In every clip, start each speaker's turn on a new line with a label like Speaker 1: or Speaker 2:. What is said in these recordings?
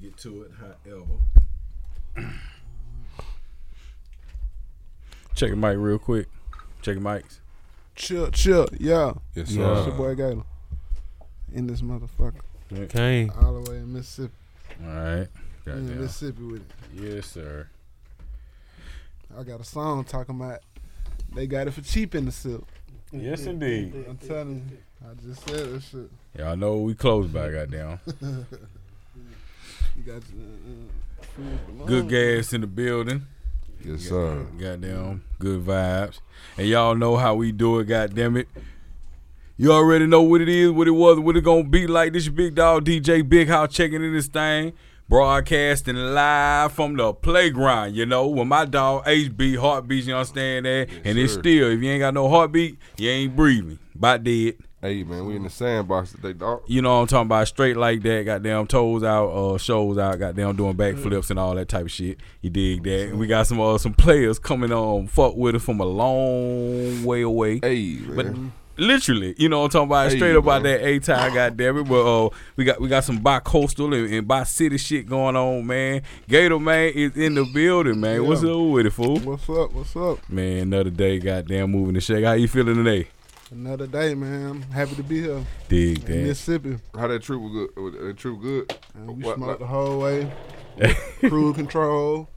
Speaker 1: get to it, however.
Speaker 2: Check your mic real quick. Check your mics.
Speaker 3: Chill, chill, yeah.
Speaker 4: Yes,
Speaker 3: It's
Speaker 2: sir. Yeah.
Speaker 3: your boy Gator. In this motherfucker.
Speaker 4: Okay.
Speaker 3: All the way in Mississippi.
Speaker 2: All right.
Speaker 3: We in
Speaker 2: Goddamn.
Speaker 3: Mississippi with it.
Speaker 2: Yes, sir.
Speaker 3: I got a song talking about they got it for cheap in the silk.
Speaker 2: Yes, indeed.
Speaker 3: I'm telling you. I just said this shit.
Speaker 2: Y'all know we close by. Goddamn.
Speaker 3: You got uh, uh, food for
Speaker 2: Good
Speaker 3: lunch.
Speaker 2: gas in the building.
Speaker 4: Yes, sir.
Speaker 2: Goddamn. Good vibes. And y'all know how we do it. Goddamn it. You already know what it is, what it was, what it gonna be like. This your big dog DJ Big House checking in this thing, broadcasting live from the playground. You know, with my dog HB heartbeats. You understand that? and it's
Speaker 4: sir.
Speaker 2: still, if you ain't got no heartbeat, you ain't breathing. About dead.
Speaker 4: Hey, man, we in the sandbox today, dog.
Speaker 2: You know what I'm talking about? Straight like that, goddamn toes out, uh, shows out, goddamn doing backflips and all that type of shit. You dig that? And we got some uh, some players coming on, fuck with us from a long way away.
Speaker 4: Hey,
Speaker 2: But
Speaker 4: man.
Speaker 2: literally, you know what I'm talking about?
Speaker 4: Hey,
Speaker 2: Straight up about
Speaker 4: man.
Speaker 2: that A time, goddamn it. But uh, we got we got some bi coastal and, and bi city shit going on, man. Gator man is in the building, man. What's
Speaker 3: Yeah.
Speaker 2: up with it, fool?
Speaker 3: What's up? What's up?
Speaker 2: Man, another day, goddamn moving the shake. How you feeling today?
Speaker 3: Another day, man. I'm happy to be here
Speaker 2: Dig
Speaker 3: in
Speaker 2: that.
Speaker 3: Mississippi.
Speaker 4: How that trip was good? Was that trip good?
Speaker 3: And we
Speaker 4: What-
Speaker 3: smoked the whole way. Cruise control.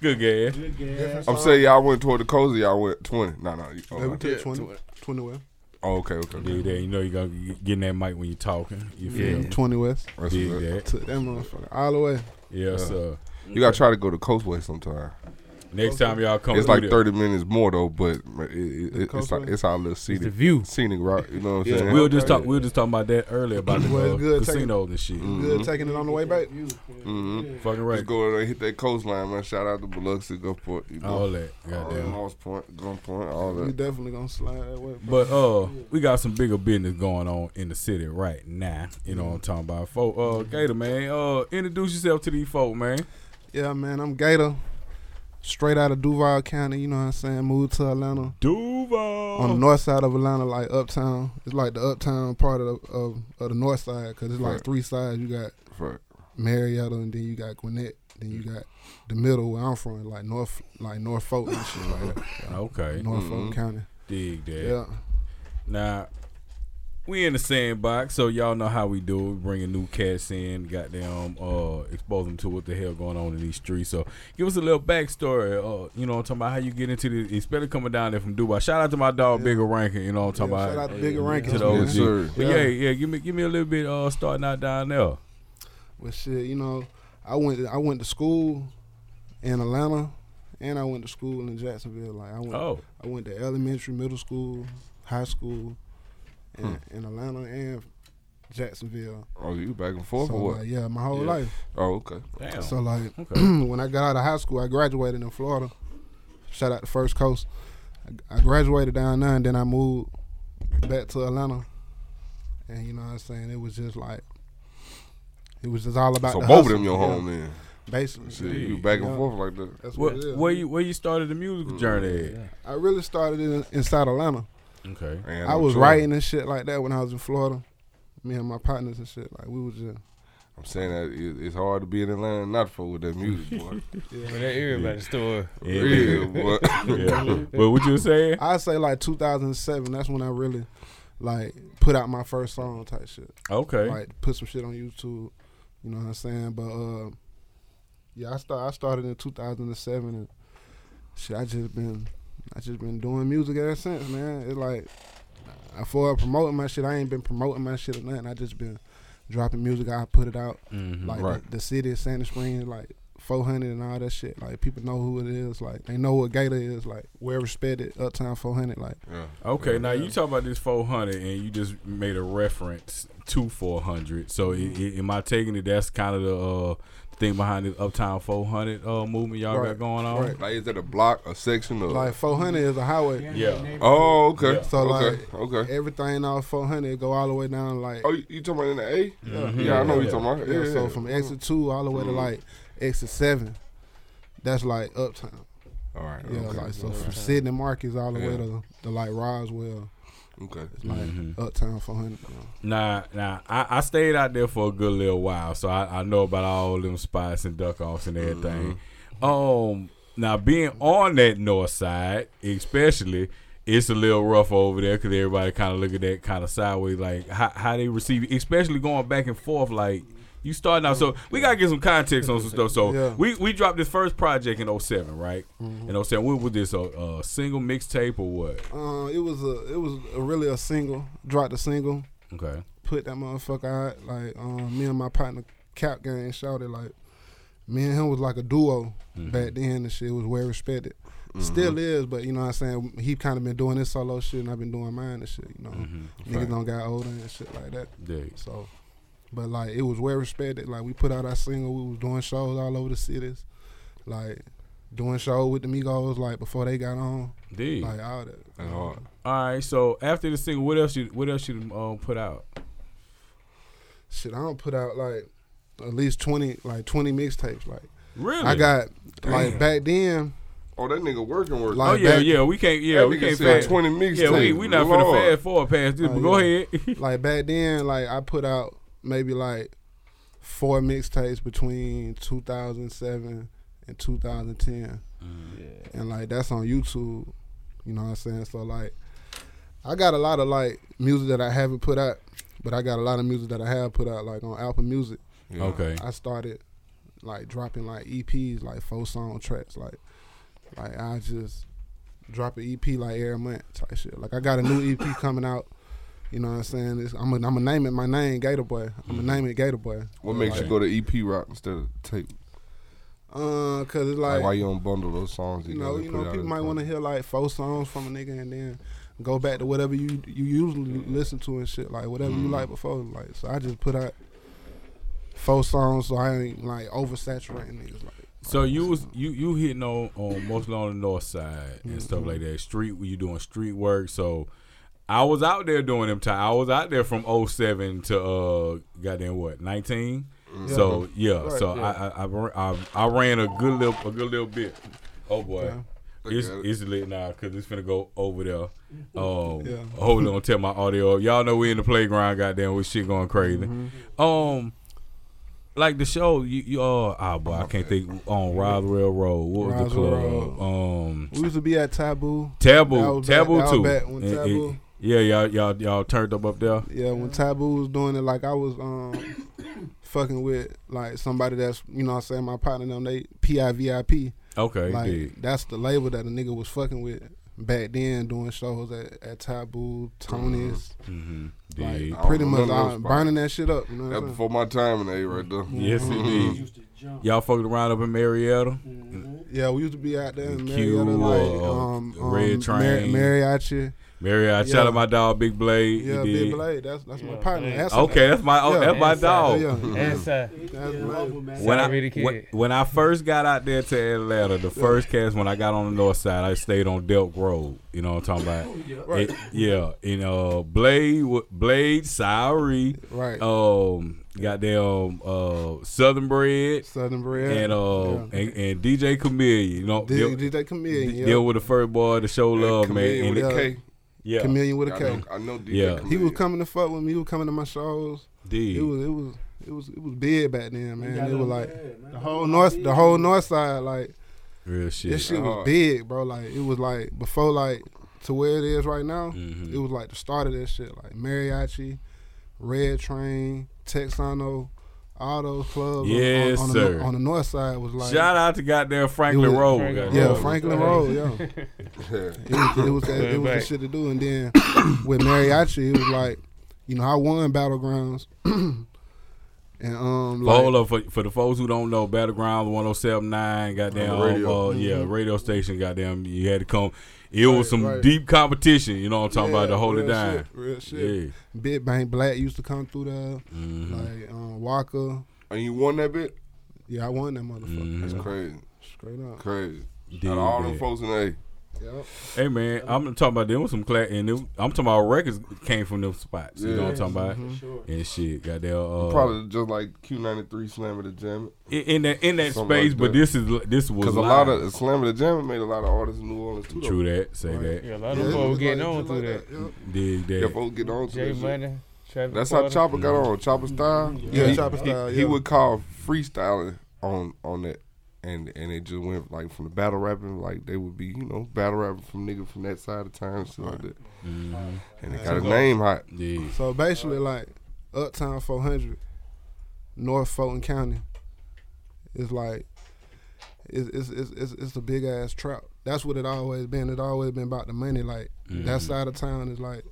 Speaker 2: Good gas.
Speaker 5: Good gas.
Speaker 3: Different
Speaker 4: I'm
Speaker 3: song.
Speaker 4: saying y'all went toward the cozy. Y'all went twenty. No, no. You, oh,
Speaker 3: Yeah, we took
Speaker 4: okay.
Speaker 3: 20, 20 West.
Speaker 4: Oh, okay, okay. okay.
Speaker 2: Dig that. You know you gotta get in that mic when you talking. You feel me?
Speaker 3: 20 West.
Speaker 4: That's
Speaker 2: Dig
Speaker 4: what's up.
Speaker 2: that.
Speaker 3: Took that motherfucker all the way.
Speaker 2: Yes, sir.
Speaker 4: You gotta try to go to Coastway sometime.
Speaker 2: Next time y'all come,
Speaker 4: It's
Speaker 2: through
Speaker 4: like
Speaker 2: there,
Speaker 4: thirty minutes more though, but man, it, it, it, it's like
Speaker 3: Coastway?
Speaker 4: it's our little
Speaker 5: It's the
Speaker 4: scenic,
Speaker 5: view.
Speaker 4: scenic route. You know what I'm
Speaker 2: Yeah,
Speaker 4: saying?
Speaker 2: we'll just talk. We'll just talk about that earlier about the
Speaker 3: Well,
Speaker 2: uh,
Speaker 3: it's good taking-
Speaker 2: casinos and shit.
Speaker 4: Mm-hmm.
Speaker 3: Good taking it on the way back.
Speaker 2: Fucking
Speaker 4: Mhm. Just
Speaker 2: right.
Speaker 4: go there and hit that coastline, man. Shout out to Biloxi, Gulfport, you
Speaker 2: All
Speaker 4: know,
Speaker 2: that.
Speaker 4: all
Speaker 2: Goddamn.
Speaker 4: Moss Point, Gun Point, all
Speaker 3: We
Speaker 4: that.
Speaker 3: definitely gonna slide that way. bro.
Speaker 2: But uh, we got some bigger business going on in the city right now. You know what I'm talking about, folk. Uh, Gator man, uh, introduce yourself to these folk, man.
Speaker 3: yeah, man, I'm Gator. Straight out of Duval County, you know what I'm saying? Moved to Atlanta.
Speaker 2: Duval.
Speaker 3: On the north side of Atlanta, like uptown. It's like the uptown part of of, of the north side because it's like
Speaker 4: Right.
Speaker 3: three sides. You got
Speaker 4: Fuck.
Speaker 3: Marietta and then you got Gwinnett. Then you got the middle where I'm from, like North like North Folk and shit like that.
Speaker 2: okay,
Speaker 3: North
Speaker 4: Mhm.
Speaker 3: Folk County.
Speaker 2: dig that.
Speaker 3: Yeah.
Speaker 2: Now, we in the sandbox, so y'all know how we do. it. We bringing new cats in, goddamn, uh, expose them to what the hell going on in these streets. So give us a little backstory. Uh, you know, what I'm talking about how you get into this, especially coming down there from Dubai. Shout out to my dog,
Speaker 3: Yeah.
Speaker 2: Bigger Rankin. You know, what I'm talking
Speaker 3: Yeah,
Speaker 2: about.
Speaker 3: shout out to Bigger Rankins,
Speaker 2: to the
Speaker 3: man.
Speaker 2: OG.
Speaker 4: Yes, sir.
Speaker 2: But yeah.
Speaker 3: Yeah.
Speaker 2: yeah, give me give me a little bit uh starting out down there.
Speaker 3: Well, shit, you know, I went I went to school in Atlanta, and I went to school in Jacksonville. Like I went,
Speaker 2: Oh,
Speaker 3: I went to elementary, middle school, high school, in,
Speaker 4: Hmm.
Speaker 3: in Atlanta and Jacksonville.
Speaker 4: Oh, you back and forth
Speaker 3: so
Speaker 4: or what?
Speaker 3: like, yeah, my whole
Speaker 4: Yeah.
Speaker 3: life.
Speaker 4: Oh, okay.
Speaker 2: damn.
Speaker 3: So like,
Speaker 2: okay.
Speaker 3: when I got out of high school, I graduated in Florida. Shout out to First Coast. I, I graduated down there, and then I moved back to Atlanta. And you know what I'm saying? It was just like, it was just all about.
Speaker 4: So
Speaker 3: the
Speaker 4: both of
Speaker 3: hustle.
Speaker 4: them your
Speaker 3: Yeah.
Speaker 4: home then.
Speaker 3: Basically,
Speaker 4: Shit, you back and forth like that.
Speaker 3: That's
Speaker 2: Where,
Speaker 3: what it is.
Speaker 2: where you where you started the musical journey? at?
Speaker 3: I really started in, inside Atlanta.
Speaker 2: Okay.
Speaker 4: Man,
Speaker 3: I
Speaker 4: I'm
Speaker 3: was
Speaker 4: sure.
Speaker 3: writing and shit like that when I was in Florida. Me and my partners and shit. Like we was just
Speaker 4: I'm saying that it, it's hard to be in Atlanta and not fuck with that music, boy.
Speaker 5: But that area by the store.
Speaker 2: Yeah.
Speaker 4: Real, boy.
Speaker 2: yeah. But what you were saying?
Speaker 3: I say like 2007. That's when I really like put out my first song type shit.
Speaker 2: Okay.
Speaker 3: Like put some shit on YouTube. You know what I'm saying? But uh, yeah, I start I started in 2007 and shit. I just been I just been doing music ever since, man. It's like I for promoting my shit. I ain't been promoting my shit or nothing. I just been dropping music. I put it out.
Speaker 2: Mhm.
Speaker 3: Like
Speaker 4: Right.
Speaker 3: the, the city of Santa Springs, like 400 and all that shit. Like people know who it is. Like they know what Gator is. Like we're respected. Uptown 400. Like
Speaker 4: Yeah.
Speaker 2: Okay,
Speaker 4: Yeah.
Speaker 2: now you talk about this 400, and you just made a reference to 400. So, i
Speaker 3: Mm-hmm.
Speaker 2: i am I taking it that's kind of the uh, thing behind this Uptown 400 uh, movement y'all all got
Speaker 3: Right,
Speaker 2: going on?
Speaker 3: right.
Speaker 4: Like, is that a block, a section, or?
Speaker 3: like 400 is a highway.
Speaker 2: Yeah.
Speaker 4: oh, okay.
Speaker 2: Yeah.
Speaker 3: So,
Speaker 4: okay.
Speaker 3: like-
Speaker 4: okay.
Speaker 3: Everything off 400 go all the way down. Like
Speaker 4: Oh, you, you talking about in the A?
Speaker 2: Mhm.
Speaker 4: Yeah, I know what
Speaker 2: Yeah.
Speaker 4: you're talking about.
Speaker 3: Yeah,
Speaker 4: Yeah,
Speaker 3: so from exit two all the way to
Speaker 4: Mhm.
Speaker 3: like exit seven, that's like uptown.
Speaker 4: All right.
Speaker 3: Yeah,
Speaker 4: okay.
Speaker 3: like so from Sydney Markets all the way
Speaker 4: Yeah.
Speaker 3: to, to like Roswell,
Speaker 4: Okay.
Speaker 3: It's like
Speaker 2: Mhm.
Speaker 3: Uptown 400. You know.
Speaker 2: Nah, nah. I, I stayed out there for a good little while, so I, I know about all them spots and duck offs and everything.
Speaker 3: Mm-hmm.
Speaker 2: Um, now being on that north side, especially, it's a little rough over there because everybody kind of look at that kind of sideways, like how how they receive, it, especially going back and forth, like. You starting out, so we gotta get some context on some stuff. So
Speaker 3: Yeah. Mm-hmm.
Speaker 2: we, we dropped this first project in 07, right? In 07, what was this? A, a single mixtape or what?
Speaker 3: Uh, it was a it was a, really a single. Dropped a single.
Speaker 2: Okay.
Speaker 3: put that motherfucker out. Like um, me and my partner Cap Gang shouted like me and him was like a duo
Speaker 2: Mhm.
Speaker 3: back then. and shit was well respected,
Speaker 4: Mm-hmm.
Speaker 3: still is. But you know what I'm saying. He kind of been doing his solo shit, and I've been doing mine and shit. You know,
Speaker 2: Mhm.
Speaker 3: niggas don't got older and shit like that.
Speaker 2: Dig.
Speaker 3: So, but like it was well respected. Like we put out our single. We was doing shows all over the cities, like doing shows with the Migos. Like before they got on,
Speaker 2: Dig.
Speaker 3: like all that.
Speaker 4: That's hard.
Speaker 2: All right, so after the single, what else you what else you um, put out?
Speaker 3: Shit, I don't put out like at least twenty, like twenty mixtapes. Like
Speaker 2: Really?
Speaker 3: I got
Speaker 4: Damn.
Speaker 3: like back then.
Speaker 4: Oh, that nigga working work.
Speaker 2: Oh
Speaker 3: Like,
Speaker 2: yeah,
Speaker 3: back-
Speaker 2: yeah. We can't. Yeah,
Speaker 4: that
Speaker 2: we
Speaker 4: nigga
Speaker 2: can't.
Speaker 4: said
Speaker 2: Fast,
Speaker 4: 20 mixtapes.
Speaker 2: yeah, we we not finna
Speaker 4: Lord.
Speaker 2: fast forward past this.
Speaker 3: Oh,
Speaker 2: but go
Speaker 3: yeah.
Speaker 2: ahead.
Speaker 3: Like back then, like I put out maybe like four mixtapes between 2007 and 2010,
Speaker 5: Yeah.
Speaker 3: and like that's on YouTube. You know what I'm saying? So like, I got a lot of like music that I haven't put out, but I got a lot of music that I have put out, like on Apple Music.
Speaker 4: Yeah.
Speaker 2: Okay.
Speaker 3: I started like dropping like EPs, like four song tracks, like like I just drop an EP like every month type shit. Like I got a new EP coming out. You know what I'm saying? It's, I'm gonna I'm gonna name it my name Gator Boy. I'm gonna name it Gator Boy.
Speaker 4: Mm-hmm. What makes you
Speaker 2: Like-
Speaker 4: go to EP route instead of tape?
Speaker 3: Uh, cause it's
Speaker 4: Like,
Speaker 3: like,
Speaker 4: why you don't bundle those songs?
Speaker 3: you know
Speaker 4: together,
Speaker 3: you
Speaker 4: put
Speaker 3: know
Speaker 4: it out
Speaker 3: people
Speaker 4: as
Speaker 3: might
Speaker 4: one?
Speaker 3: want to hear like four songs from a nigga and then go back to whatever you you usually listen to and shit like whatever you
Speaker 4: Mhm.
Speaker 3: like before. Like so I just put out four songs so I ain't like oversaturating niggas. Like
Speaker 2: So you was you you hitting on on mostly on the north side and stuff
Speaker 3: Mhm.
Speaker 2: like that. Street, you doing street work. So I was out there doing them time. I was out there from 07 to uh goddamn what nineteen. So yeah,
Speaker 3: Right,
Speaker 2: so
Speaker 3: Mm-hmm. yeah.
Speaker 2: I, I I I I ran a good little a good little bit. Oh boy.
Speaker 3: Yeah.
Speaker 4: They
Speaker 2: It's,
Speaker 4: got it.
Speaker 2: it's lit now because it's finna go over there. Um,
Speaker 3: Yeah.
Speaker 2: Hold on, tell my audio. Y'all know we in the playground. Goddamn, with shit going crazy.
Speaker 3: Mm-hmm.
Speaker 2: Um, like the show, you, you uh, ah, boy, I can't think um, on Roswell Road. What was the
Speaker 3: Roswell
Speaker 2: club? Um,
Speaker 3: We used to be at Taboo. That
Speaker 2: Taboo,
Speaker 3: was back-
Speaker 2: Taboo
Speaker 3: that was
Speaker 2: too.
Speaker 3: back when
Speaker 2: Eh, eh,
Speaker 3: Taboo-
Speaker 2: yeah, y'all, y'all, y'all turned up up there.
Speaker 3: Yeah, when Taboo was doing it, like I was um fucking with like somebody that's you know what I'm saying my partner them they PIVIP.
Speaker 2: Okay,
Speaker 3: Like
Speaker 2: dig.
Speaker 3: that's the label that a nigga was fucking with back then doing shows at, at Taboo, Tony's,
Speaker 2: Mhm,
Speaker 3: like uh,
Speaker 2: dig.
Speaker 4: I
Speaker 3: pretty
Speaker 4: don't
Speaker 3: much
Speaker 4: remember
Speaker 3: all,
Speaker 4: those parts.
Speaker 3: burning that shit up. You know what
Speaker 4: That's
Speaker 3: I'm saying?
Speaker 4: before my time in A right there.
Speaker 2: yes, indeed.
Speaker 1: used to jump.
Speaker 2: Y'all fucked around up in Marietta.
Speaker 3: mm-hmm. Yeah, we used to be out there in
Speaker 2: Q,
Speaker 3: Marietta, like
Speaker 2: uh,
Speaker 3: um, um
Speaker 2: Red Train.
Speaker 3: Mar- Mariachi.
Speaker 2: Marietta,
Speaker 3: Yeah.
Speaker 2: shout out my dog Big Blade. he
Speaker 3: Yeah,
Speaker 2: dig.
Speaker 3: Big Blade. That's that's my
Speaker 5: Yeah,
Speaker 3: partner.
Speaker 5: Blade.
Speaker 3: That's
Speaker 2: Okay, that's my oh,
Speaker 3: Yeah.
Speaker 2: that's my
Speaker 5: Inside.
Speaker 2: dog.
Speaker 3: Yeah, yeah.
Speaker 5: Inside.
Speaker 3: That's
Speaker 1: Yeah,
Speaker 3: Blade.
Speaker 1: Lover Man.
Speaker 2: when I,
Speaker 5: Sorry, be the
Speaker 2: when-
Speaker 5: kid.
Speaker 2: when I first got out there to Atlanta, the first cast when I got on the north side, I stayed on Delk Road. You know what I'm talking about?
Speaker 1: Yeah.
Speaker 3: Oh, Right.
Speaker 2: It- yeah, and uh, Blade, wa- Blade, Sowry,
Speaker 3: Right.
Speaker 2: um, goddamn, uh, Southern Bread,
Speaker 3: Southern Bread.
Speaker 2: and uh, and, and DJ Chameleon. You know,
Speaker 3: Did,
Speaker 2: deal,
Speaker 3: did that chameleon? Yeah.
Speaker 2: deal with the first boy to show love, man.
Speaker 4: Chameleon
Speaker 2: And
Speaker 4: with
Speaker 2: it-
Speaker 4: a K.
Speaker 2: yeah,
Speaker 3: Chameleon with a
Speaker 4: I
Speaker 3: K.
Speaker 4: know, I know DJ
Speaker 2: Yeah.
Speaker 4: Chameleon.
Speaker 3: He was coming to fuck with me. He was coming to my shows. It
Speaker 2: D.
Speaker 3: was it was it was it was big back then,
Speaker 1: We
Speaker 3: man.
Speaker 1: got
Speaker 3: It was
Speaker 1: them
Speaker 3: like
Speaker 1: bad, man.
Speaker 3: the whole north the whole north side. Like
Speaker 2: real
Speaker 3: this
Speaker 2: shit. uh,
Speaker 3: shit was
Speaker 4: hard.
Speaker 3: big, bro. Like it was like before like to where it is right now.
Speaker 2: Mhm.
Speaker 3: It was like the start of that shit. Like mariachi, Red Train, Texano, all those clubs. on-
Speaker 2: Yes,
Speaker 3: on, on,
Speaker 2: sir.
Speaker 3: The, no- on the north side was like
Speaker 2: Shout out to goddamn Franklin
Speaker 3: was-
Speaker 2: Road.
Speaker 5: Franklin
Speaker 2: goddamn.
Speaker 3: yeah,
Speaker 5: Road.
Speaker 3: Franklin Road. Yeah.
Speaker 4: Yeah.
Speaker 3: It was, it was, that, it was the
Speaker 5: Right.
Speaker 3: shit to do. And then with mariachi, it was like, you know, I won battlegrounds, and um,
Speaker 2: Like,
Speaker 3: like,
Speaker 2: Hold up for, for the folks who don't know, Battleground 1079, goddamn,
Speaker 4: On the radio.
Speaker 2: uh, yeah,
Speaker 3: Mhm.
Speaker 2: radio station, goddamn, you had to come. It was
Speaker 3: Right,
Speaker 2: some
Speaker 3: right.
Speaker 2: deep competition, you know what I'm talking about,
Speaker 3: yeah,
Speaker 2: to hold it
Speaker 3: real
Speaker 2: down.
Speaker 3: shit, real shit.
Speaker 2: Yeah.
Speaker 3: Big Bang Black used to come through there,
Speaker 2: hmm
Speaker 3: like um, Walker.
Speaker 4: And you won that bit?
Speaker 3: Yeah, I won that motherfucker.
Speaker 2: Mhm.
Speaker 4: That's
Speaker 3: Yeah,
Speaker 4: crazy.
Speaker 3: Straight up.
Speaker 4: Crazy.
Speaker 2: Dig
Speaker 4: Out of all
Speaker 2: that.
Speaker 4: them folks in A.
Speaker 3: Yep.
Speaker 2: Hey man, I'm talking about them with some class, and them, I'm talking about records came from them spots. You know what I'm talking about? And shit, goddamn. Uh,
Speaker 4: Probably just like Q93 Slammer the Jam.
Speaker 2: in, in that in that
Speaker 4: Something
Speaker 2: space,
Speaker 4: like
Speaker 2: but
Speaker 4: that.
Speaker 2: this is this was
Speaker 4: Because a lot of Slammer the Jam made a lot of artists in New Orleans too. though.
Speaker 2: true that say that
Speaker 5: Yeah, a lot
Speaker 3: Yeah,
Speaker 5: of
Speaker 3: it
Speaker 5: folks
Speaker 3: was
Speaker 5: getting
Speaker 3: like-
Speaker 5: on
Speaker 3: just
Speaker 5: through
Speaker 3: like
Speaker 5: that.
Speaker 3: that. Yep.
Speaker 2: dig
Speaker 4: Yeah,
Speaker 2: that.
Speaker 4: folks get on to
Speaker 5: J
Speaker 4: that shit.
Speaker 5: Money, Travis.
Speaker 4: That's how
Speaker 5: Porter.
Speaker 4: Chopper got on. Chopper style.
Speaker 3: Yeah,
Speaker 4: he,
Speaker 3: Chopper
Speaker 4: he-
Speaker 3: style,
Speaker 4: He,
Speaker 3: yeah.
Speaker 4: would call freestyling on on it, and and it just went like from the battle rapping, like they would be you know battle rapping from nigga from that side of town and shit like that.
Speaker 2: Mhm.
Speaker 4: And it got his name hot.
Speaker 2: Yeah.
Speaker 3: So basically, like Uptown 400, North Fulton County, is like it's it's it's it's, it's a big ass trap. That's what it always been. It always been about the money. Like that side of town is like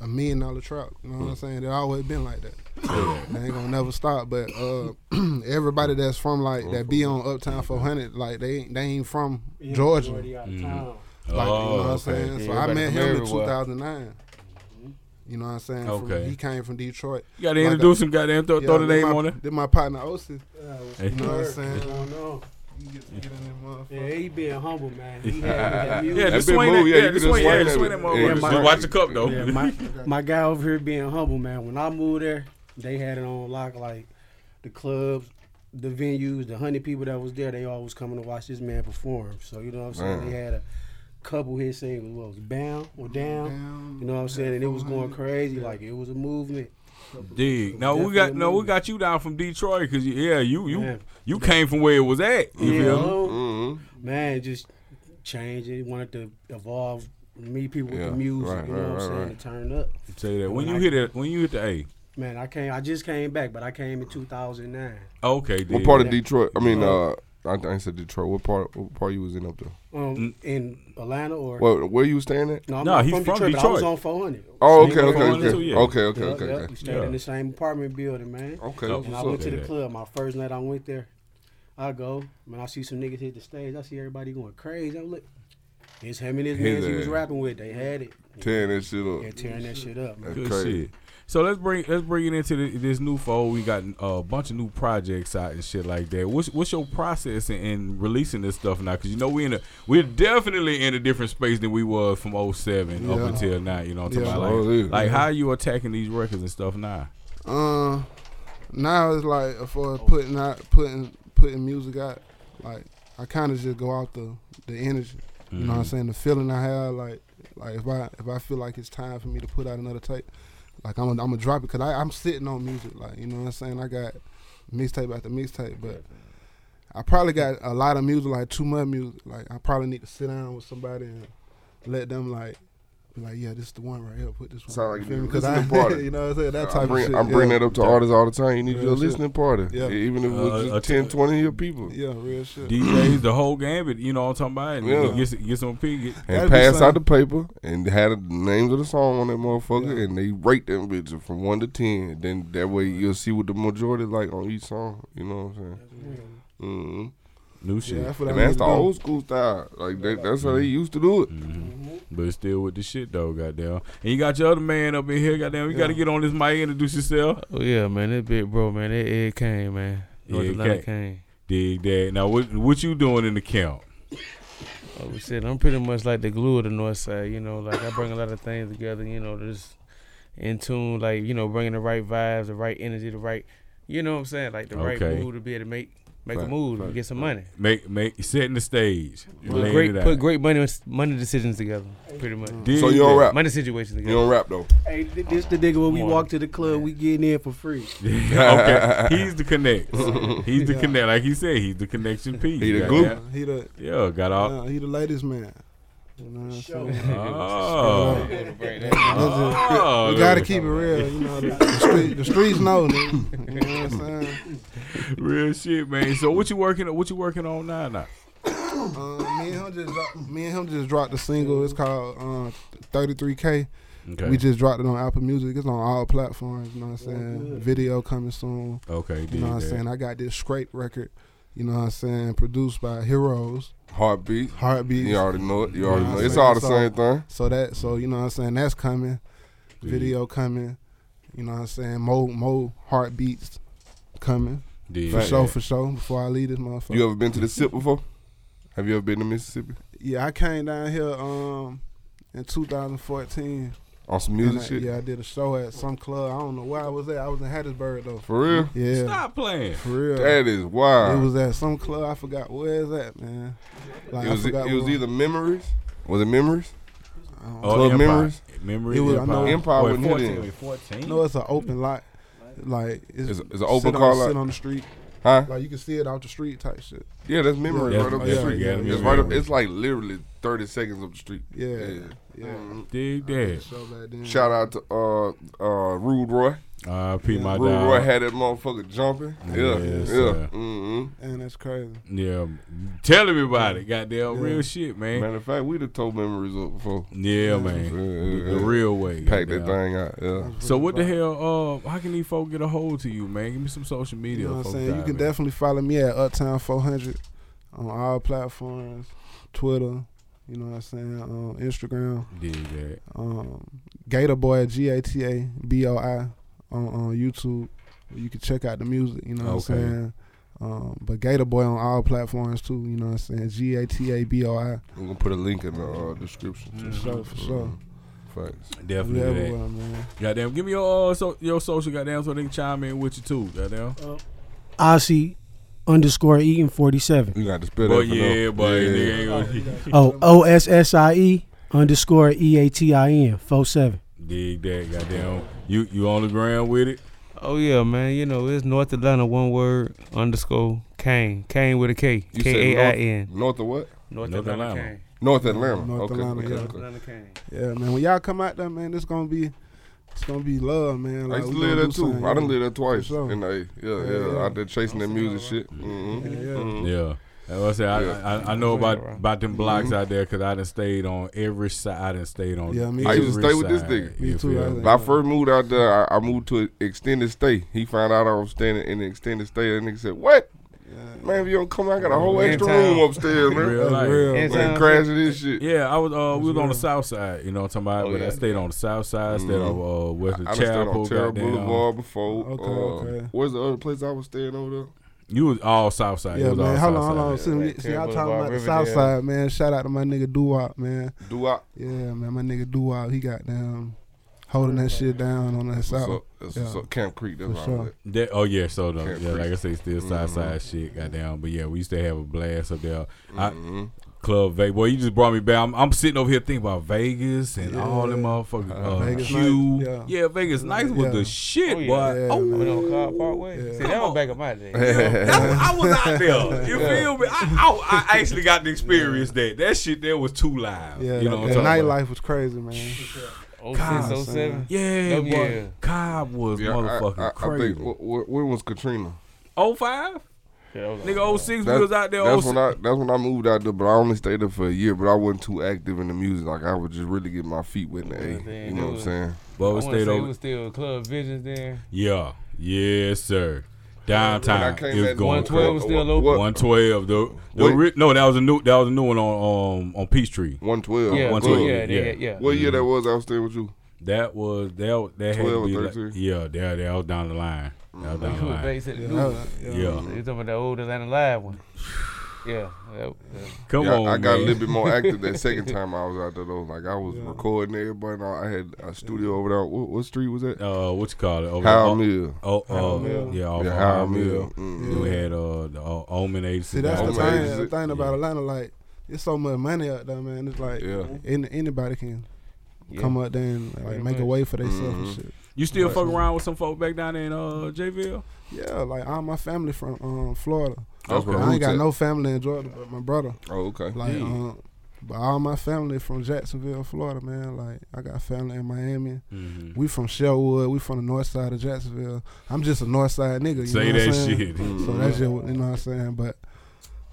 Speaker 3: a million dollar trap. You know what I'm saying? It always been like that. It ain't gonna never stop. But uh, everybody that's from like that be on Uptown 400, like they ain't- they ain't from Georgia. Like
Speaker 2: Mm.
Speaker 3: you know what
Speaker 2: Oh,
Speaker 3: I'm
Speaker 2: okay.
Speaker 3: saying? So
Speaker 5: Yeah,
Speaker 3: I
Speaker 5: everybody
Speaker 3: met
Speaker 5: from
Speaker 3: him in
Speaker 5: everywhere.
Speaker 3: 2009. You know what I'm saying? From-
Speaker 2: Okay.
Speaker 3: he came from Detroit.
Speaker 2: You gotta
Speaker 3: My
Speaker 2: introduce him, goddamn. Throw, throw the
Speaker 3: then
Speaker 2: name
Speaker 3: my,
Speaker 2: on it.
Speaker 3: Then my partner Osi.
Speaker 2: Hey.
Speaker 1: Uh,
Speaker 3: You know what I'm saying?
Speaker 1: know.
Speaker 3: You get to get in that motherfucker.
Speaker 1: Yeah, he being humble, man. He had that music.
Speaker 2: Yeah,
Speaker 4: That
Speaker 2: just
Speaker 4: big
Speaker 2: swing
Speaker 4: move,
Speaker 2: that.
Speaker 4: yeah,
Speaker 2: Yeah,
Speaker 4: you
Speaker 2: just
Speaker 4: can
Speaker 2: swing
Speaker 4: just
Speaker 2: yeah,
Speaker 4: swing
Speaker 2: just
Speaker 4: that
Speaker 2: swing that
Speaker 4: bit.
Speaker 1: Yeah,
Speaker 2: motherfucker.
Speaker 1: my-
Speaker 2: Just Watch the cup though.
Speaker 1: Yeah, my my guy over here being humble, man. When I moved there, they had it on lock, like the clubs, the venues, the hundred people that was there. They all was coming to watch this man perform. So you know what I'm saying?
Speaker 4: Man.
Speaker 1: They had a couple hit singles, what was it, bound or down. You know what I'm saying? And it was going crazy, like it was a movement.
Speaker 2: Dig. Now we
Speaker 1: Definitely
Speaker 2: got no, we
Speaker 1: moving.
Speaker 2: got you down from Detroit because yeah, you you
Speaker 1: Man.
Speaker 2: you came from where it was at. You
Speaker 1: Yeah, Uh-huh.
Speaker 2: feel me?
Speaker 1: alone,
Speaker 4: hmm
Speaker 1: man, just change it. Wanted to evolve, meet people with
Speaker 4: Yeah,
Speaker 1: the music.
Speaker 4: right,
Speaker 1: you know
Speaker 4: right,
Speaker 1: what I'm
Speaker 4: right,
Speaker 1: saying?
Speaker 4: right.
Speaker 1: To turn up.
Speaker 2: Tell you that when
Speaker 1: When
Speaker 2: you
Speaker 1: I-
Speaker 2: hit that when you hit the A.
Speaker 1: Man, I came. I just came back, but I came in 2009.
Speaker 2: Okay,
Speaker 4: What
Speaker 2: dig.
Speaker 4: part of Detroit? I mean, uh, I, I ain't said Detroit. What part? What part you was in up there?
Speaker 1: Um,
Speaker 4: Mm.
Speaker 1: in Atlanta or
Speaker 4: Well, where you staying at?
Speaker 1: no, I'm
Speaker 2: Nah,
Speaker 1: not
Speaker 2: he's from
Speaker 1: Detroit, but I was
Speaker 2: Detroit.
Speaker 1: on 400.
Speaker 4: Oh,
Speaker 1: Same
Speaker 4: okay, okay,
Speaker 1: apartment.
Speaker 4: okay,
Speaker 2: too, yeah.
Speaker 4: okay, okay,
Speaker 1: Yup,
Speaker 4: okay,
Speaker 1: yup,
Speaker 4: okay.
Speaker 1: We stayed
Speaker 2: Yeah.
Speaker 1: in the same apartment building, man.
Speaker 4: Okay,
Speaker 2: Yup.
Speaker 4: that's
Speaker 1: And I
Speaker 4: what's
Speaker 1: went
Speaker 4: up.
Speaker 1: to the
Speaker 2: Yeah.
Speaker 1: club. My first night I went there, I go. When I see some niggas hit the stage, I see everybody going crazy. I'm like, it's him and his
Speaker 4: His
Speaker 1: man he was
Speaker 4: ass.
Speaker 1: rapping with. They had it.
Speaker 4: Tearing that shit up.
Speaker 1: Yeah, tearing that shit up, man.
Speaker 4: That's
Speaker 2: Good
Speaker 4: crazy.
Speaker 2: shit. So let's bring let's bring it into the, this new fold. We got uh, a bunch of new projects out and shit like that. What's what's your process in, in releasing this stuff now? Because you know we in a we're definitely in a different space than we was from 07 up
Speaker 3: Yeah.
Speaker 2: until now. You know what I'm
Speaker 3: Yeah.
Speaker 2: talking
Speaker 4: Oh,
Speaker 2: about? Like,
Speaker 4: yeah.
Speaker 2: like how you attacking these records and stuff now?
Speaker 3: Uh, now it's like as far as putting out, putting putting music out, like I kind of just go out the the energy. You know what I'm
Speaker 2: Mm-hmm.
Speaker 3: saying? The feeling I have, like like if I if I feel like it's time for me to put out another tape, like I'm gonna- I'm gonna drop it because I'm sitting on music. Like you know what I'm saying? I got mixtape after mixtape, but. I probably got a lot of music, like too much music. Like I probably need to sit down with somebody and let them like, be like, yeah, this is the one right here. Put this one.
Speaker 4: Sound like you need a
Speaker 3: because I,
Speaker 4: listening party.
Speaker 3: you know what I'm saying? That type
Speaker 4: I bring,
Speaker 3: of shit.
Speaker 4: I bring
Speaker 3: yeah.
Speaker 4: that up to artists all the time. You need
Speaker 3: Real
Speaker 4: your
Speaker 3: shit.
Speaker 4: listening party, E-,
Speaker 3: Yeah.
Speaker 4: even if it was
Speaker 2: Uh,
Speaker 4: just
Speaker 2: uh,
Speaker 4: 10, 20 of your people,
Speaker 3: Yeah, real shit.
Speaker 2: DJs, the whole gambit. You know what I'm talking about?
Speaker 4: Yeah.
Speaker 2: And Get, get some pig. Get,
Speaker 3: That'd
Speaker 4: and
Speaker 3: be
Speaker 4: pass out the
Speaker 3: something.
Speaker 4: paper and had the names of the song on that motherfucker,
Speaker 3: Yeah.
Speaker 4: and they rate them bitches from one to ten. Then that way you'll see what the majority like on each song. You know what I'm saying?
Speaker 2: new
Speaker 3: yeah,
Speaker 2: shit.
Speaker 3: that's
Speaker 4: hmm
Speaker 3: what I
Speaker 4: And
Speaker 3: need
Speaker 4: that's
Speaker 3: to
Speaker 4: the
Speaker 3: do.
Speaker 4: old school style. Like that, that's how they used to do it.
Speaker 2: Mm-hmm. But it's still with the shit though, goddamn. And you got your other man up in here, goddamn. You
Speaker 3: Yeah.
Speaker 2: got to get on this mic, introduce yourself.
Speaker 5: Oh yeah, man, that big bro, man, that Ed Kane, man. North
Speaker 2: Ed
Speaker 5: Atlanta Kane.
Speaker 2: Dig that. Now what what you doing in the camp?
Speaker 5: Oh shit, I'm pretty much like the glue of the North Side. You know, like I bring a lot of things together. You know, just in tune, like you know, bringing the right vibes, the right energy, the right, you know what I'm saying, like the right
Speaker 2: Okay.
Speaker 5: move to be able to make make a
Speaker 4: Right,
Speaker 5: move
Speaker 4: right,
Speaker 5: and get some money.
Speaker 2: Make make setting the stage.
Speaker 5: Put
Speaker 2: Laying
Speaker 5: great,
Speaker 2: it out.
Speaker 5: put great money money decisions together, pretty much.
Speaker 2: Dig
Speaker 4: So you don't
Speaker 2: that.
Speaker 4: rap.
Speaker 5: Money situations
Speaker 4: You
Speaker 5: together.
Speaker 4: don't rap though.
Speaker 1: Hey, th- this the nigga when we
Speaker 5: Morning.
Speaker 1: walk to the club, we getting in for free.
Speaker 2: okay. He's the connect. He's the
Speaker 3: Yeah.
Speaker 2: connect. Like he said, he's the connection piece.
Speaker 4: He the
Speaker 2: goddamn.
Speaker 4: glue.
Speaker 3: He the
Speaker 2: Yeah, got all.
Speaker 3: yeah, he the latest man. You know what I'm saying?
Speaker 2: Oh.
Speaker 3: That's it.
Speaker 2: Oh,
Speaker 3: we gotta keep it real. You know the, the, street, the streets know. Nigga. You know what I'm saying?
Speaker 2: real shit, man. So what you working? What you working on now? Now,
Speaker 3: Um, me and him just dropped, me and him just dropped a single. It's called um, 33K.
Speaker 2: okay.
Speaker 3: We just dropped it on Apple Music. It's on all platforms. You know what I'm
Speaker 1: Oh,
Speaker 3: saying?
Speaker 1: good.
Speaker 3: Video coming soon.
Speaker 2: okay.
Speaker 3: You
Speaker 2: dig
Speaker 3: know what I'm
Speaker 2: that.
Speaker 3: saying? I got this scrape record. You know what I'm saying? Produced by Heroes
Speaker 4: Heartbeat.
Speaker 3: Heartbeats.
Speaker 4: You already know it. You already
Speaker 3: Yeah,
Speaker 4: know.
Speaker 3: I
Speaker 4: It. It's
Speaker 3: say
Speaker 4: all the
Speaker 3: so.
Speaker 4: same thing.
Speaker 3: So that so you know what I'm saying that's coming.
Speaker 2: Yeah.
Speaker 3: Video coming. You know what I'm saying? Mo mo heartbeats coming.
Speaker 2: Dig
Speaker 3: For
Speaker 2: that.
Speaker 3: sure, for sure. Before I leave this motherfucker.
Speaker 4: You ever been to the SIP before? Have you ever been to Mississippi?
Speaker 3: Yeah, I came down here um in 2014.
Speaker 4: On some
Speaker 3: And
Speaker 4: music
Speaker 3: I-
Speaker 4: shit.
Speaker 3: Yeah, I did a show at some club. I don't know where I was at. I was in Hattiesburg though.
Speaker 4: For real?
Speaker 3: Yeah,
Speaker 2: Stop playing.
Speaker 3: for real.
Speaker 4: That is wild.
Speaker 3: It was at some club. I forgot where it's at, man. Like,
Speaker 4: it was, e-
Speaker 3: I forgot
Speaker 4: it was
Speaker 3: where-
Speaker 4: either memories. Was it memories?
Speaker 3: I don't
Speaker 2: Oh,
Speaker 4: Club
Speaker 2: Empire.
Speaker 4: Memories?
Speaker 2: Memories.
Speaker 3: It was- I
Speaker 2: Empire.
Speaker 3: know-
Speaker 4: Empire
Speaker 2: Wait,
Speaker 4: wasn't hit
Speaker 2: 14.
Speaker 4: in.
Speaker 2: wait, 14?
Speaker 3: No, it's an open lot. Like
Speaker 4: It's a- it's a
Speaker 3: sit
Speaker 4: open
Speaker 3: on,
Speaker 4: car lot.
Speaker 3: Sit on the street.
Speaker 4: Huh?
Speaker 3: Like you can see it out the street type shit.
Speaker 4: Yeah, that's memories
Speaker 2: Yeah,
Speaker 4: right up
Speaker 2: yeah,
Speaker 4: the street.
Speaker 2: yeah,
Speaker 4: it's
Speaker 2: memories.
Speaker 4: right up. It's like literally thirty seconds up the street.
Speaker 3: Yeah, Mm. yeah.
Speaker 4: Mhm.
Speaker 2: Dig
Speaker 3: I did
Speaker 2: that.
Speaker 3: a show back then.
Speaker 4: Shout out to uh uh Rude Roy.
Speaker 2: R.I.P. my
Speaker 4: Rude Roy
Speaker 2: dog.
Speaker 4: had that motherfucker jumping. Yeah,
Speaker 2: Yes,
Speaker 4: yeah.
Speaker 2: sir.
Speaker 4: hmm
Speaker 3: And that's crazy.
Speaker 2: Yeah, tell him about it. Goddamn
Speaker 3: Yeah.
Speaker 2: real shit, man.
Speaker 4: Matter of fact, we'd have told memories up before.
Speaker 2: Yeah, man. The
Speaker 4: Yeah, yeah,
Speaker 2: real way.
Speaker 4: yeah. Pack that
Speaker 2: goddamn.
Speaker 4: thing out. Yeah.
Speaker 2: So what the hell? Uh, how can these folk get a hold to you, man? Give me some social media.
Speaker 3: You know what I'm
Speaker 2: folk
Speaker 3: saying? You can
Speaker 2: dive in.
Speaker 3: definitely follow me at Uptown 400 on all platforms, Twitter. You know what I'm saying? Um, Instagram.
Speaker 2: dig that.
Speaker 3: Um, Gator Boy G A T A B O I on on YouTube. You can check out the music. You know what
Speaker 2: Okay.
Speaker 3: I'm saying? Um, but Gator Boy on all platforms too. You know what I'm saying? G A T A B O I.
Speaker 4: We're gonna put a link in the uh, description.
Speaker 2: Mm-hmm.
Speaker 4: too.
Speaker 3: For sure, for sure.
Speaker 4: Facts.
Speaker 3: We
Speaker 2: Definitely that.
Speaker 3: everywhere, man.
Speaker 2: Goddamn, give me your uh, so, your social goddamn so they can chime in with you too. Goddamn.
Speaker 4: Oh,
Speaker 1: Ossie underscore Eaton forty seven.
Speaker 4: You got to spit
Speaker 2: But
Speaker 4: it.
Speaker 2: yeah, but nigga ain't gonna
Speaker 1: Oh, O S S I E underscore E A T I N four seven.
Speaker 2: dig that. Goddamn, you you on the ground with it?
Speaker 5: Oh yeah, man. You know it's North Atlanta one word underscore Kane Kane with a K
Speaker 4: You said
Speaker 5: K A I N
Speaker 4: North of what?
Speaker 5: North
Speaker 2: North
Speaker 5: Atlanta
Speaker 2: Atlanta.
Speaker 5: Kane.
Speaker 4: North Atlanta.
Speaker 3: North
Speaker 4: okay,
Speaker 3: Atlanta,
Speaker 4: okay,
Speaker 3: yeah.
Speaker 5: North
Speaker 4: okay.
Speaker 5: Atlanta Kane.
Speaker 3: Yeah, man. When y'all come out there, man, it's gonna be, it's gonna be love, man.
Speaker 4: I
Speaker 3: Like,
Speaker 4: used to
Speaker 3: we gonna
Speaker 4: live there
Speaker 3: do
Speaker 4: too.
Speaker 3: something,
Speaker 4: I
Speaker 3: yeah.
Speaker 4: done live there twice.
Speaker 3: sure.
Speaker 4: And I, yeah, yeah,
Speaker 3: yeah.
Speaker 4: out there chasing that music shit. Mm-hmm.
Speaker 3: Yeah, yeah.
Speaker 2: Yeah. That's what I said. I, I, I know about about them
Speaker 4: Mm-hmm.
Speaker 2: blocks out there because I done stayed on every side. I done stayed on.
Speaker 3: Yeah, me
Speaker 4: I used to
Speaker 2: every
Speaker 4: stay with this
Speaker 2: side,
Speaker 4: nigga.
Speaker 3: Me
Speaker 2: you
Speaker 3: too,
Speaker 2: feel
Speaker 3: I
Speaker 2: me?
Speaker 3: was
Speaker 4: When I first moved out there, I, I moved to an extended stay. He found out I was staying in an extended stay. That nigga said, What? Man, if you don't come, I got a whole
Speaker 5: Man,
Speaker 4: extra
Speaker 5: time.
Speaker 4: room upstairs, man.
Speaker 2: Real
Speaker 3: That's
Speaker 2: life.
Speaker 3: real.
Speaker 5: It's-
Speaker 4: Man, crashing this shit.
Speaker 2: Yeah, I was. Uh, we was on the south side. You know what I'm talking about?
Speaker 4: Oh,
Speaker 2: but I
Speaker 4: yeah. Mm-hmm.
Speaker 2: stayed on the south side. Instead of uh, West
Speaker 4: I
Speaker 2: of
Speaker 4: done stayed on
Speaker 2: Chapel.
Speaker 4: Terra
Speaker 2: goddamn.
Speaker 4: Boulevard before.
Speaker 3: Okay,
Speaker 4: uh,
Speaker 3: okay.
Speaker 4: Where's the other place I was staying over there?
Speaker 2: You was all south side. You
Speaker 3: Yeah,
Speaker 2: Uh, was
Speaker 3: man.
Speaker 2: all
Speaker 3: Hold
Speaker 2: south
Speaker 3: on, hold on.
Speaker 2: side.
Speaker 3: See,
Speaker 5: Like
Speaker 3: see, y'all talking
Speaker 5: Terry
Speaker 3: about the
Speaker 5: Boulevard,
Speaker 3: South
Speaker 5: Riverdale.
Speaker 3: Side, man. Shout out to my nigga Duwop, man.
Speaker 4: Do I?
Speaker 3: Yeah, man. My nigga Duwop, he got down, holding that shit down on that
Speaker 4: What's
Speaker 3: South.
Speaker 4: up? That's what's
Speaker 3: Yeah.
Speaker 4: up. Camp Creek. That's
Speaker 3: For
Speaker 4: what I was
Speaker 3: sure.
Speaker 4: at.
Speaker 2: That, oh yeah, so the,
Speaker 4: Can't
Speaker 2: yeah, like I
Speaker 4: preach.
Speaker 2: say, still south
Speaker 3: Mm-hmm.
Speaker 2: side shit, goddamn. But yeah, we used to have a blast up there. I,
Speaker 4: Mhm.
Speaker 2: Club Vegas. Boy, you just brought me back. I'm, I'm sitting over here thinking about Vegas and all them
Speaker 3: Yeah.
Speaker 2: motherfuckers. Uh,
Speaker 3: Vegas
Speaker 2: Q.
Speaker 3: nights,
Speaker 2: yeah.
Speaker 3: yeah.
Speaker 2: Vegas nights was
Speaker 3: Yeah.
Speaker 2: the shit,
Speaker 5: Oh, yeah.
Speaker 2: boy.
Speaker 3: Yeah,
Speaker 2: oh,
Speaker 5: Went on Car Parkway.
Speaker 3: Yeah.
Speaker 5: See that was back in my day.
Speaker 2: That's what I was out there. You feel me? I, I, I actually got to experience that. That shit there was too live.
Speaker 3: Yeah,
Speaker 2: you know what
Speaker 3: that
Speaker 2: I'm talking about?
Speaker 3: nightlife was crazy, man.
Speaker 5: 06, 07.
Speaker 2: Yeah, boy.
Speaker 5: Them yeah.
Speaker 2: Cobb was
Speaker 4: Yeah, I,
Speaker 2: motherfucking
Speaker 4: I, I
Speaker 2: crazy.
Speaker 4: think, wh- wh- when was Katrina?
Speaker 2: Oh five,
Speaker 5: Yeah, that was like-
Speaker 2: nigga, 06, we
Speaker 4: That-
Speaker 2: was out there.
Speaker 4: That's
Speaker 2: 06.
Speaker 4: when I that's when I moved out there, but I only stayed there for a year. But I wasn't too active in the music. Like I would just really get my feet wet in the
Speaker 5: Yeah,
Speaker 4: A.
Speaker 5: then
Speaker 4: You know what I'm
Speaker 5: dude.
Speaker 4: saying?
Speaker 2: Boy,
Speaker 5: I
Speaker 2: we
Speaker 5: wanna
Speaker 2: stayed
Speaker 5: say it
Speaker 2: over.
Speaker 5: was still Club Visions then.
Speaker 2: Yeah, yes, sir.
Speaker 4: When I
Speaker 2: Downtown
Speaker 4: came
Speaker 2: it was
Speaker 4: back-
Speaker 2: going
Speaker 5: 112 was still open?
Speaker 4: What-
Speaker 2: One twelve. The, the
Speaker 4: Wait.
Speaker 2: ri- no, that was a new that was a new one on um on Peachtree.
Speaker 4: One twelve.
Speaker 5: Yeah,
Speaker 2: one
Speaker 5: one
Speaker 2: twelve,
Speaker 5: two,
Speaker 4: Good.
Speaker 5: yeah,
Speaker 2: yeah.
Speaker 5: yeah, yeah.
Speaker 4: What year that was? I was staying with you.
Speaker 2: That was that that had
Speaker 4: 12
Speaker 2: to
Speaker 4: or
Speaker 2: be like,
Speaker 4: 13?
Speaker 2: yeah that that was down the line. That was down the
Speaker 5: You was
Speaker 2: line.
Speaker 5: based at the
Speaker 3: Yeah,
Speaker 5: Louvre.
Speaker 3: yeah.
Speaker 2: Yeah,
Speaker 5: You talking about that old Atlanta Live one? Yeah, that, that-
Speaker 2: come
Speaker 4: Yeah,
Speaker 2: on,
Speaker 4: I got
Speaker 2: man.
Speaker 4: a little bit more active that second time I was out there though. Like I was recording everybody. and all. I had a studio over there. What, what street was that?
Speaker 2: Uh, what you call it? Over
Speaker 4: Howell
Speaker 2: there-
Speaker 4: Mill.
Speaker 2: Oh, oh, uh,
Speaker 3: Mill.
Speaker 2: yeah, off
Speaker 4: Yeah,
Speaker 2: of
Speaker 4: Howell
Speaker 2: Howell
Speaker 4: Mill.
Speaker 2: Mill.
Speaker 4: Mm.
Speaker 2: We had uh the uh, Omen eighty
Speaker 3: See,
Speaker 2: six.
Speaker 3: that's the
Speaker 4: Omen
Speaker 3: thing.
Speaker 4: is
Speaker 3: The
Speaker 4: it-
Speaker 3: thing about Atlanta, like, it's so much money out there, man. It's like,
Speaker 4: Yeah.
Speaker 3: any, anybody can
Speaker 5: yeah.
Speaker 3: come up there and like
Speaker 5: Pretty
Speaker 3: make a
Speaker 5: much.
Speaker 3: way for themselves
Speaker 4: Mhm.
Speaker 2: Mm-hmm.
Speaker 3: and shit.
Speaker 2: You still fuck around with some folk back down in uh JVille?
Speaker 3: Yeah, like all my family from um, Florida.
Speaker 4: That's where
Speaker 2: Okay.
Speaker 3: I
Speaker 4: Roots
Speaker 3: ain't got
Speaker 4: at.
Speaker 3: no family in Georgia, but my brother.
Speaker 4: Oh, okay.
Speaker 3: Like,
Speaker 2: Yeah.
Speaker 3: um, but all my family from Jacksonville, Florida, man. Like, I got family in Miami.
Speaker 2: Mm-hmm.
Speaker 3: We from Sherwood. We from the north side of Jacksonville. I'm just a north side nigga. You
Speaker 2: Say
Speaker 3: know what
Speaker 2: that
Speaker 3: I'm saying?
Speaker 2: shit.
Speaker 3: So that's just what- you know what I'm saying. But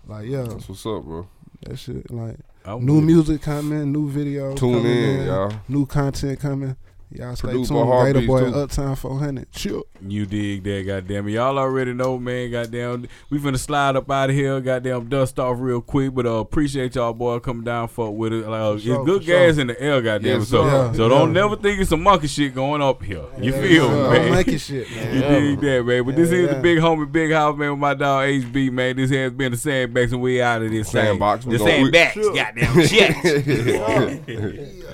Speaker 3: like, yeah,
Speaker 4: That's what's up, bro.
Speaker 3: that shit. Like,
Speaker 2: I'm
Speaker 3: new
Speaker 2: with it.
Speaker 3: music coming, new videos.
Speaker 4: Tune
Speaker 3: coming
Speaker 4: in, y'all.
Speaker 3: New content coming. Y'all stay tuned.
Speaker 4: Produced by Heartbeats,
Speaker 3: Gator Boy
Speaker 4: too.
Speaker 3: Uptown 400. Chill.
Speaker 2: You dig that, goddamn it. Y'all already know, man, goddamn. We finna slide up out of here, goddamn, dust off real quick. But uh, appreciate y'all, boy, coming down, fuck with it. Like, uh, it's
Speaker 3: sure,
Speaker 2: good
Speaker 3: for
Speaker 2: gas in the air, goddamn.
Speaker 4: Yes,
Speaker 2: so
Speaker 3: sir.
Speaker 2: so
Speaker 3: Yeah.
Speaker 2: don't never think it's some monkey shit going up here. You
Speaker 3: Yeah,
Speaker 2: feel
Speaker 3: yeah,
Speaker 2: me,
Speaker 3: I'm
Speaker 2: man?
Speaker 3: making shit, man.
Speaker 2: You dig that, man? But this
Speaker 3: Yeah,
Speaker 2: is the
Speaker 3: yeah.
Speaker 2: big homie, big house, man, with my dog HB, man. This has been the sandbags, and we out of this thing.
Speaker 4: Sandbox, we
Speaker 2: The
Speaker 4: gonna- we-
Speaker 2: sandbags, goddamn shit.
Speaker 4: Yeah.